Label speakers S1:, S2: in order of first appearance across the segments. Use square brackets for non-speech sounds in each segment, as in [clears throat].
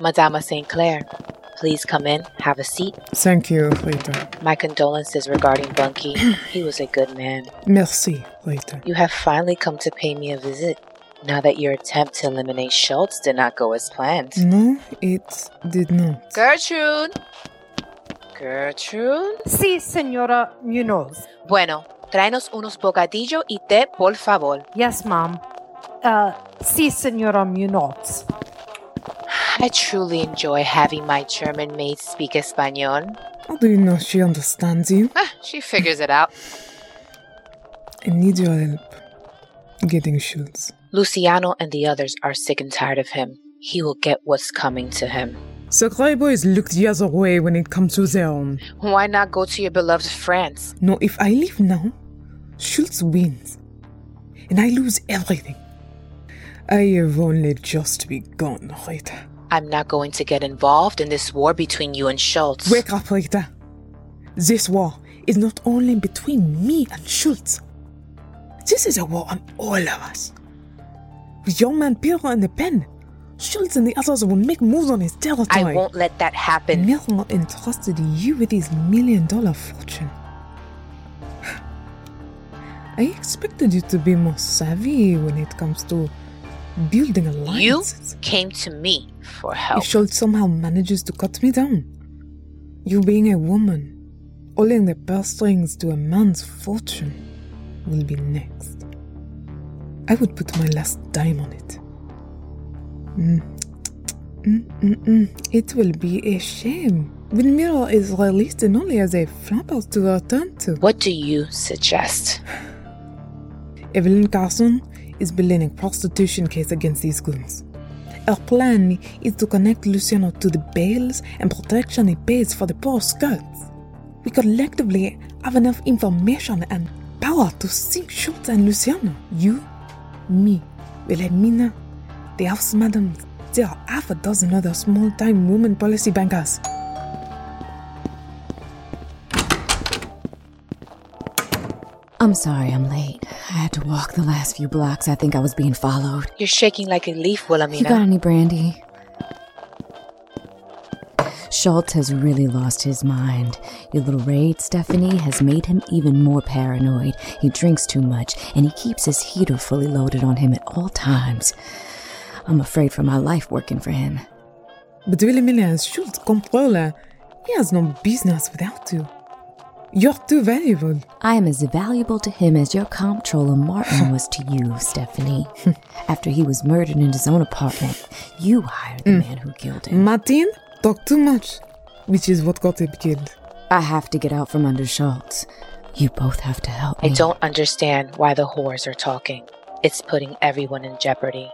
S1: Madama St. Clair. Please come in, have a seat.
S2: Thank you, Lita.
S1: My condolences regarding [clears throat] Bunky. he was a good man.
S2: Merci, Lita.
S1: You have finally come to pay me a visit. Now that your attempt to eliminate Schultz did not go as planned.
S2: No, it did not.
S1: Gertrude! Gertrude?
S3: Sí, señora Munoz.
S1: Bueno, tráenos unos bocadillos y té, por favor.
S3: Yes, ma'am. Uh, sí, señora Munoz.
S1: I truly enjoy having my German maid speak Espanol.
S2: How do you know she understands you?
S1: Ah, she figures it out.
S2: I need your help getting Schultz.
S1: Luciano and the others are sick and tired of him. He will get what's coming to him.
S4: So Clayboys look the other way when it comes to their own.
S1: Why not go to your beloved France?
S2: No, if I leave now, Schultz wins. And I lose everything. I have only just begun, Rita.
S1: I'm not going to get involved in this war between you and Schultz.
S2: Wake up, Rita. This war is not only between me and Schultz. This is a war on all of us. With young man Pirro in the pen, Schultz and the others will make moves on his territory.
S1: I won't let that happen.
S2: Milner entrusted you with his million dollar fortune. [sighs] I expected you to be more savvy when it comes to building
S1: You
S2: alliances.
S1: came to me for
S2: If
S1: help.
S2: Schultz somehow manages to cut me down, you being a woman, holding the purse strings to a man's fortune, will be next. I would put my last dime on it. Mm. Mm-mm-mm. It will be a shame when Mira is released and only as a flop out to return to.
S1: What do you suggest?
S2: Evelyn Carson is building a prostitution case against these goons. Her plan is to connect Luciano to the bails and protection he pays for the poor skirts. We collectively have enough information and power to sink Schultz and Luciano. You, me, Wilhelmina, the house madam, there are half a dozen other small time women policy bankers.
S5: I'm sorry I'm late. I had to walk the last few blocks. I think I was being followed.
S1: You're shaking like a leaf, Wilhelmina.
S5: You got any brandy? Schultz has really lost his mind. Your little raid, Stephanie, has made him even more paranoid. He drinks too much, and he keeps his heater fully loaded on him at all times. I'm afraid for my life working for him.
S2: But Wilhelmina is Schultz controller. He has no business without you. You're too valuable.
S5: I am as valuable to him as your comptroller Martin was to you, Stephanie. After he was murdered in his own apartment, you hired the man who killed him.
S2: Martin talked too much, which is what got him killed.
S5: I have to get out from under Schultz. You both have to help
S1: I
S5: me.
S1: don't understand why the whores are talking. It's putting everyone in jeopardy.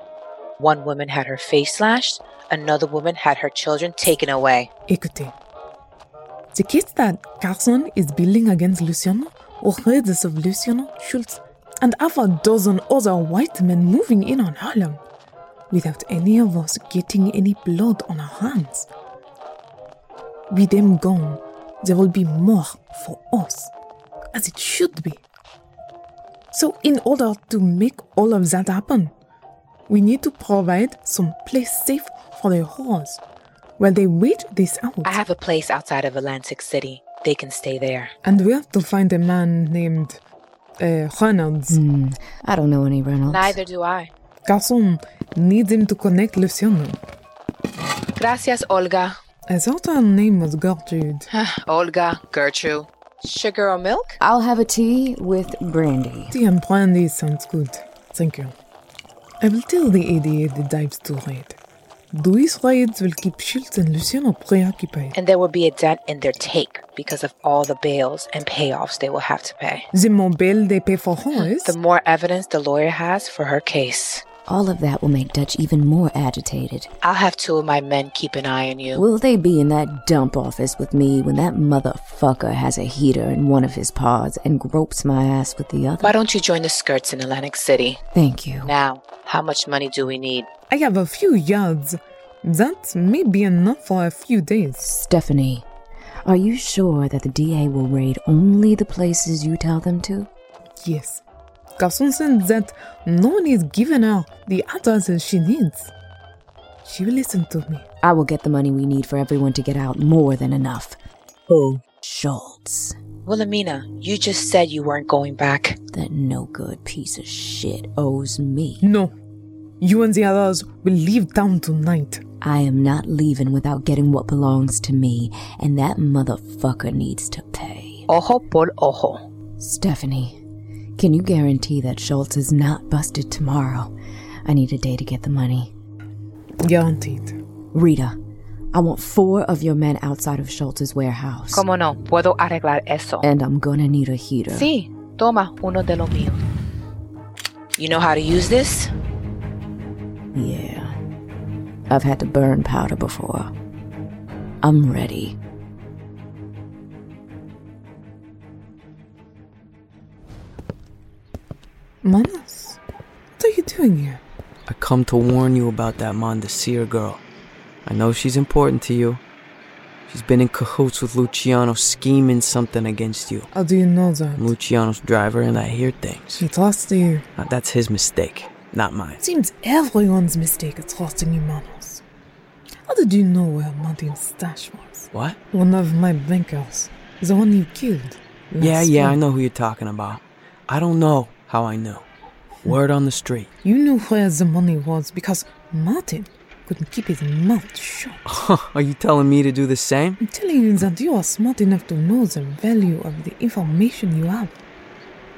S1: One woman had her face slashed, another woman had her children taken away.
S2: Écoutez. The case that Carson is building against Luciano, or readers of Luciano, Schultz, and half a dozen other white men moving in on Harlem, without any of us getting any blood on our hands. With them gone, there will be more for us, as it should be. So, in order to make all of that happen, we need to provide some place safe for the whores while they wait this out.
S1: I have a place outside of Atlantic City. They can stay there.
S2: And we have to find a man named uh, Reynolds.
S5: Hmm, I don't know any Reynolds.
S1: Neither do I.
S2: Garçon needs him to connect Luciano.
S1: Gracias, Olga.
S2: I thought her name was Gertrude.
S1: Olga, Gertrude. Sugar or milk?
S5: I'll have a tea with brandy.
S2: Tea and brandy sounds good. Thank you. I will tell the ADA the dives to raid. These raids will keep Schultz and Luciano preoccupied.
S1: And there will be a dent in their take because of all the bails and payoffs they will have to pay.
S2: The more bail they pay for horse,
S1: The more evidence the lawyer has for her case.
S5: All of that will make Dutch even more agitated.
S1: I'll have two of my men keep an eye on you.
S5: Will they be in that dump office with me when that motherfucker has a heater in one of his paws and gropes my ass with the other?
S1: Why don't you join the skirts in Atlantic City?
S5: Thank you.
S1: Now, how much money do we need?
S2: I have a few yards. That may be enough for a few days.
S5: Stephanie, are you sure that the DA will raid only the places you tell them to?
S2: Yes. Garson said that no one is giving her the addresses she needs. She will listen to me.
S5: I will get the money we need for everyone to get out more than enough.
S6: Who?
S5: Schultz.
S1: Wilhelmina, you just said you weren't going back.
S5: That no good piece of shit owes me.
S2: No. You and the others will leave town tonight.
S5: I am not leaving without getting what belongs to me, and that motherfucker needs to pay.
S1: Ojo por ojo.
S5: Stephanie, can you guarantee that Schultz is not busted tomorrow? I need a day to get the money.
S2: Guaranteed.
S5: Rita, I want four of your men outside of Schultz's warehouse.
S1: Como no, puedo arreglar eso.
S5: And I'm gonna need a heater.
S1: Sí, toma uno de lo mío. You know how to use this?
S5: Yeah. I've had to burn powder before. I'm ready.
S2: Manas, what are you doing here?
S6: I come to warn you about that Mondesir girl. I know she's important to you. She's been in cahoots with Luciano, scheming something against you.
S2: How do you know that?
S6: I'm Luciano's driver, and I hear things.
S2: She trusts you.
S6: Now, that's his mistake, not mine.
S2: It seems everyone's mistake is trusting you, Manos. How did you know where Martin's stash was?
S6: What?
S2: One of my bankers. The one you killed.
S6: yeah,
S2: last
S6: yeah, I
S2: week.
S6: know who you're talking about. I don't know how I knew. Word on the street. [laughs]
S2: You knew where the money was because Martin couldn't keep his mouth shut.
S6: Are you telling me to do the same?
S2: I'm telling you that you are smart enough to know the value of the information you have.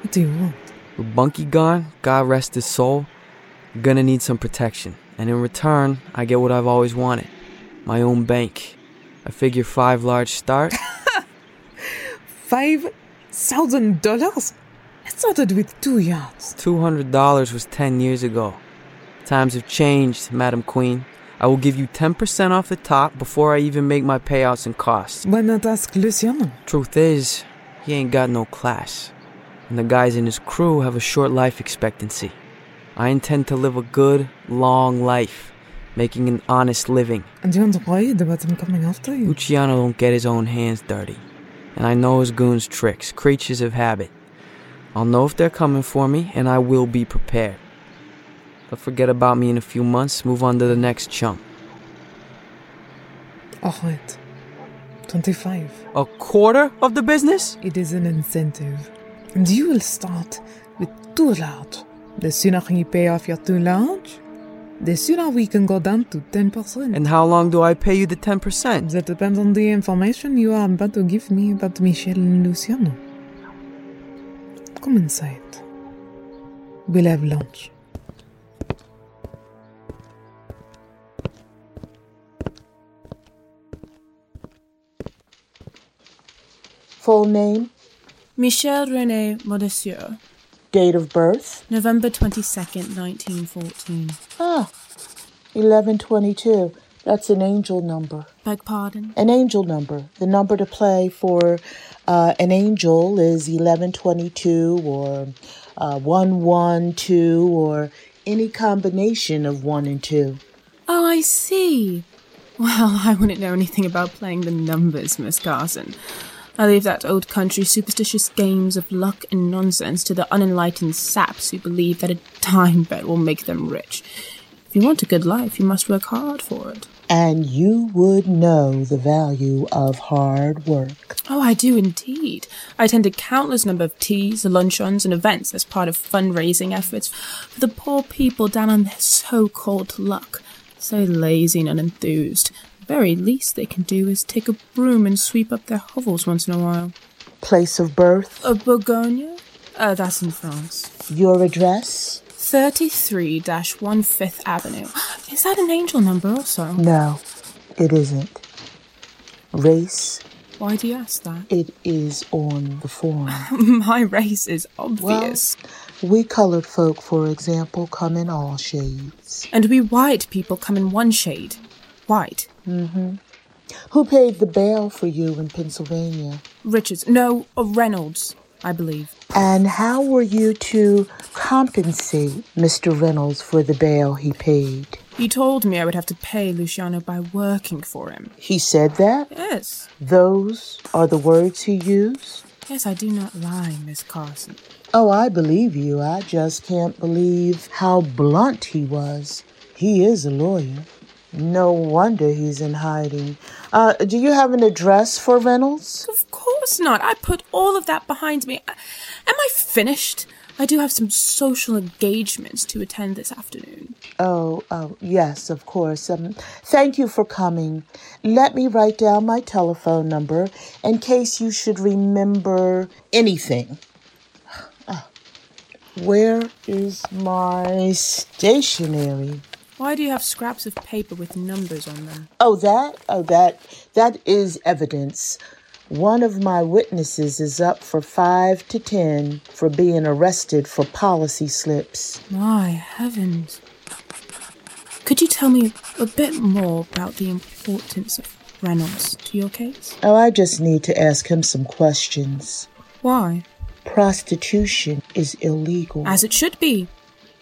S2: What do you want?
S6: With Bunky gone, God rest his soul, you're gonna need some protection. And in return, I get what I've always wanted my own bank. I figure five large start.
S2: Five thousand dollars? I started with two yards.
S6: $200 was 10 years ago. Times have changed, Madam Queen. I will give you 10% off the top before I even make my payouts and costs.
S2: Why not ask Luciano?
S6: Truth is, he ain't got no class. And the guys in his crew have a short life expectancy. I intend to live a good, long life, making an honest living.
S2: And you aren't worried about him coming after you?
S6: Luciano don't get his own hands dirty. And I know his goons' tricks, creatures of habit. I'll know if they're coming for me, and I will be prepared. But forget about me in a few months, move on to the next chump.
S2: Alright. Twenty-five.
S6: A quarter of the business?
S2: It is an incentive. And you will start with two large. The sooner you pay off your two large, the sooner we can go down to ten percent.
S6: And how long do I pay you the 10%?
S2: That depends on the information you are about to give me about Michelle and Luciano. Come inside. We'll have lunch.
S7: Full name,
S8: Michel René Modessieu,
S7: date of birth.
S8: November 22nd, 1914.
S7: Ah, 1122. That's an angel number.
S8: Beg pardon?
S7: An angel number. The number to play for uh, an angel is 1122 or uh, 112 or any combination of 1 and 2.
S8: Oh, I see. Well, [laughs] I wouldn't know anything about playing the numbers, Miss Carson. I leave that old country superstitious games of luck and nonsense to the unenlightened saps who believe that a dime bet will make them rich. If you want a good life, you must work hard for it.
S7: And you would know the value of hard work.
S8: Oh, I do indeed. I attend a countless number of teas, luncheons, and events as part of fundraising efforts for the poor people down on their so called luck. So lazy and unenthused. The very least they can do is take a broom and sweep up their hovels once in a while.
S7: Place of birth,
S8: A Bourgogne? Uh, that's in France.
S7: your address?
S8: 33 1 Fifth Avenue. [gasps] Is that an angel number also?
S7: No, it isn't. Race,
S8: Why do you ask that? [laughs]
S7: it is on the form.
S8: My race is obvious.
S7: We colored folk, for example, come in all shades.
S8: And we white people come in one shade. White.
S7: Who paid the bail for you in Pennsylvania?
S8: Richards. No, uh, Reynolds, I believe.
S7: And how were you to compensate Mr. Reynolds for the bail he paid?
S8: He told me I would have to pay Luciano by working for him.
S7: He said that?
S8: Yes.
S7: Those are the words he used?
S8: Yes, I do not lie, Miss Carson.
S7: Oh, I believe you. I just can't believe how blunt he was. He is a lawyer. No wonder he's in hiding. Uh, do you have an address for Reynolds?
S8: Of course not. I put all of that behind me. I- Am I finished? I do have some social engagements to attend this afternoon.
S7: Oh, oh, yes, of course. Um, thank you for coming. Let me write down my telephone number in case you should remember anything. [sighs] Ah, Where is my stationery?
S8: Why do you have scraps of paper with numbers on them?
S7: Oh, that, oh, that, that is evidence. One of my witnesses is up for five to ten for being arrested for policy slips.
S8: My heavens. Could you tell me a bit more about the importance of Reynolds to your case?
S7: Oh, I just need to ask him some questions.
S8: Why?
S7: Prostitution is illegal.
S8: As it should be.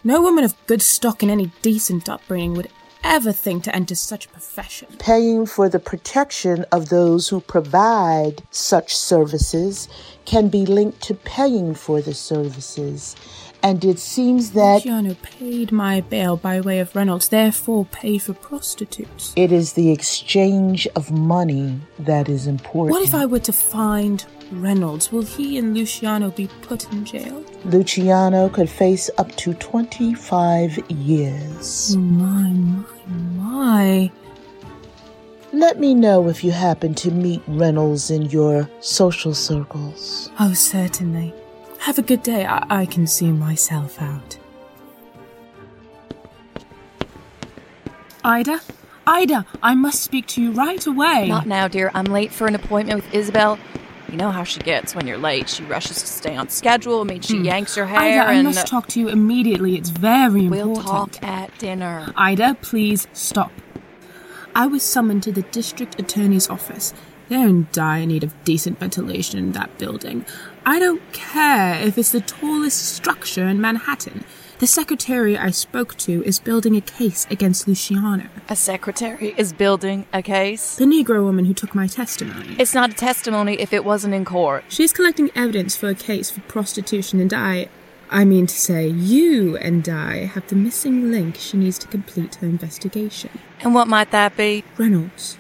S8: No woman of good stock and any decent upbringing would ever think to enter such a profession.
S7: Paying for the protection of those who provide such services can be linked to paying for the services. And it seems that
S8: Luciano paid my bail by way of Reynolds, therefore paid for prostitutes.
S7: it is the exchange of money that is important.
S8: What if I were to find Reynolds? Will he and Luciano be put in jail?
S7: Luciano could face up to 25 years.
S8: My, Oh, my, my.
S7: Let me know if you happen to meet Reynolds in your social circles.
S8: Oh, certainly. Have a good day. I, I can see myself out. Ida? Ida, I must speak to you right away.
S9: Not now, dear. I'm late for an appointment with Isabel. You know how she gets when you're late. She rushes to stay on schedule. Hmm. I mean, she yanks your hair
S8: Hmm. Ida, I
S9: and
S8: must talk to you immediately. It's very
S9: we'll
S8: important.
S9: talk at dinner.
S8: Ida, please stop. I was summoned to the district attorney's office. They're in dire need of decent ventilation in that building. I don't care if it's the tallest structure in Manhattan. The secretary I spoke to is building a case against Luciano,
S9: A secretary is building a case.
S8: the Negro woman who took my testimony.
S9: It's not a testimony if it wasn't in court.
S8: She's collecting evidence for a case for prostitution, and I. I mean to say, you and I have the missing link she needs to complete her investigation.
S9: And what might that be? [laughs]
S8: Reynolds.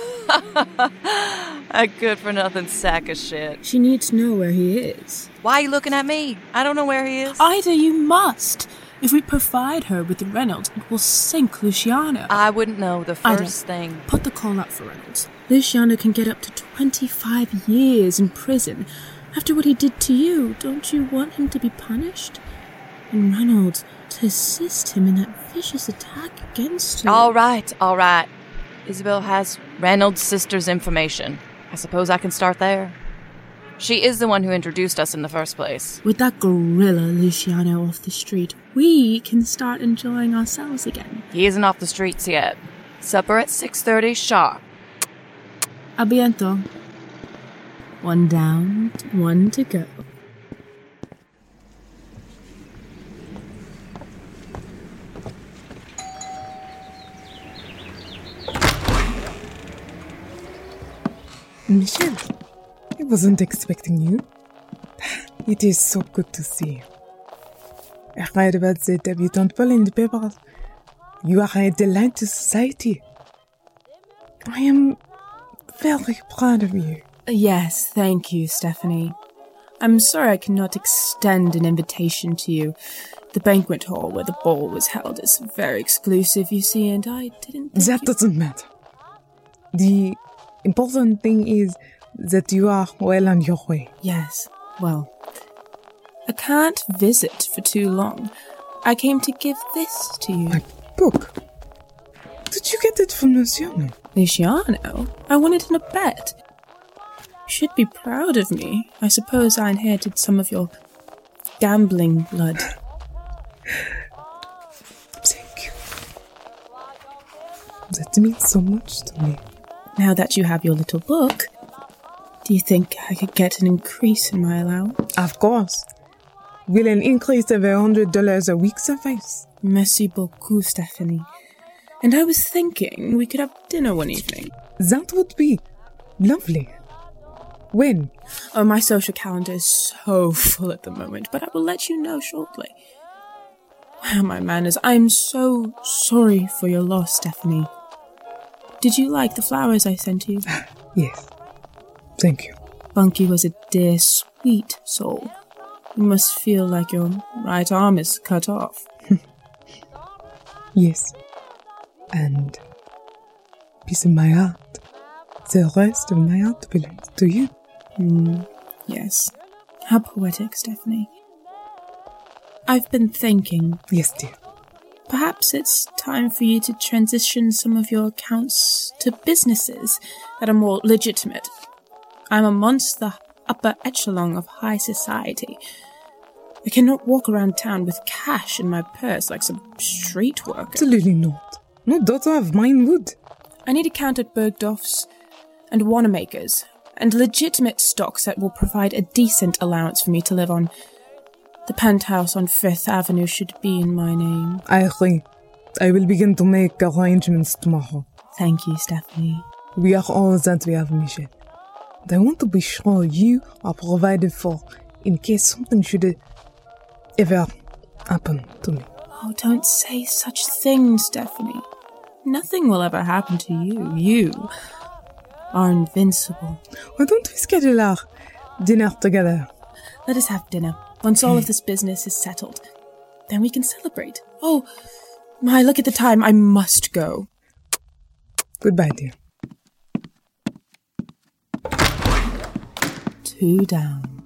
S9: A good for nothing sack of shit.
S8: She needs to know where he is.
S9: Why are you looking at me? I don't know where he is.
S8: Ida, you must. If we provide her with Reynolds, it will sink Luciano.
S9: I wouldn't know the
S8: Ida,
S9: first thing.
S8: Put the call up for Reynolds. Luciano can get up to 25 years in prison. After what he did to you, don't you want him to be punished? And Reynolds, to assist him in that vicious attack against you.
S9: All right, all right. Isabel has Reynolds' sister's information. I suppose I can start there. She is the one who introduced us in the first place.
S8: With that gorilla Luciano off the street, we can start enjoying ourselves again.
S9: He isn't off the streets yet. Supper at 6.30 sharp.
S8: A biento. One down, one to go.
S2: Michelle,
S4: I wasn't expecting you. It is so good to see you. I read about the debutante ball in the papers. You are a delight to society. I am very proud of you.
S8: Yes, thank you, Stephanie. I'm sorry I cannot extend an invitation to you. The banquet hall where the ball was held is very exclusive, you see, and I didn't. think
S4: That
S8: you-
S4: doesn't matter. The important thing is that you are well on your way.
S8: Yes, well. I can't visit for too long. I came to give this to you.
S4: My book. Did you get it from Luciano?
S8: Luciano, I won it in a bet. You should be proud of me. I suppose I inherited some of your gambling blood.
S4: Thank you. That means so much to me.
S8: Now that you have your little book, do you think I could get an increase in my allowance?
S4: Of course. Will an increase of $100 a week suffice?
S8: Merci beaucoup, Stephanie. And I was thinking we could have dinner one evening.
S4: That would be lovely. When?
S8: Oh, my social calendar is so [laughs] full at the moment, but I will let you know shortly. Wow, my manners. I'm so sorry for your loss, Stephanie. Did you like the flowers I sent you?
S2: Yes. Thank you.
S8: Bunky was a dear, sweet soul. You must feel like your right arm is cut off.
S2: Yes. And piece of my heart. The rest of my heart belongs to you.
S8: Mm, yes. How poetic, Stephanie. I've been thinking.
S2: Yes, dear.
S8: Perhaps it's time for you to transition some of your accounts to businesses that are more legitimate. I'm amongst the upper echelon of high society. I cannot walk around town with cash in my purse like some street worker.
S2: Absolutely not. No daughter of mine would.
S8: I need a count at Bergdorf's and Wanamaker's, and legitimate stocks that will provide a decent allowance for me to live on. The penthouse on Fifth Avenue should be in my name.
S2: I agree. I will begin to make arrangements tomorrow.
S8: Thank you, Stephanie.
S2: We are all that we have, Michelle. And I want to be sure you are provided for in case something should ever happen to me.
S8: Oh, don't say such things, Stephanie. Nothing will ever happen to you. You are invincible.
S2: Why don't we schedule our dinner together?
S8: Let us have dinner. Once all of this business is settled, then we can celebrate. Oh, my, look at the time. I must go.
S2: Goodbye, dear.
S8: Two down.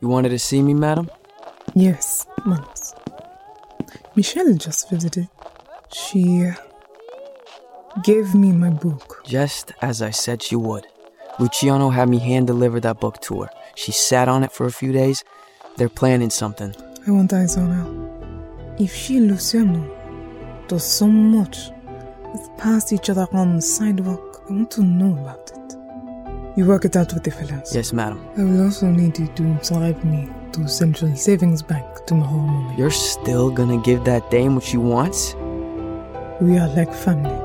S6: You wanted to see me, madam?
S2: Yes, months. Michelle just visited. She gave me my book.
S6: Just as I said she would. Luciano had me hand deliver that book to her. She sat on it for a few days. They're planning something.
S2: I want eyes on her. If she and Luciano does so much, let's pass each other on the sidewalk. I want to know about it. You work it out with the fellas.
S6: Yes, madam.
S2: I will also need you to drive me to Central Savings Bank tomorrow morning.
S6: You're still gonna give that dame what she wants?
S2: We are like family.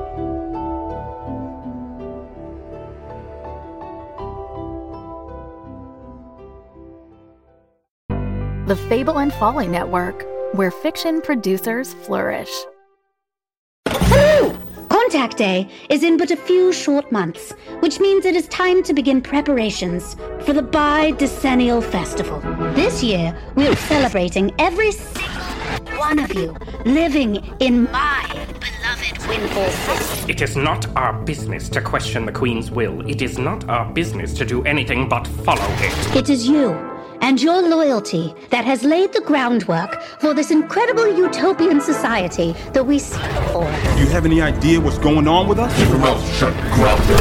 S10: The Fable and Folly Network, where fiction producers flourish.
S9: Contact Day is in but a few short months, which means it is time to begin preparations for the Bidecennial Festival. This year, we're celebrating every single one of you living in my beloved Windfall City.
S11: It is not our business to question the Queen's will. It is not our business to do anything but follow it.
S9: It is you and your loyalty that has laid the groundwork for this incredible utopian society that we seek for.
S12: You have any idea what's going on with us?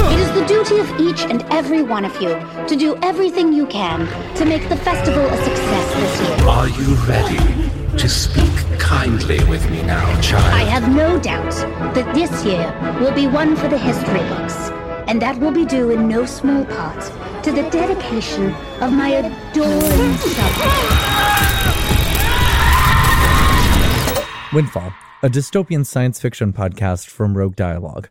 S9: It is the duty of each and every one of you to do everything you can to make the festival a success this year.
S13: Are you ready to speak kindly with me now, child?
S9: I have no doubt that this year will be one for the history books, and that will be due in no small part to the dedication of my adoring subjects.
S14: Windfall, a dystopian science fiction podcast from Rogue Dialogue,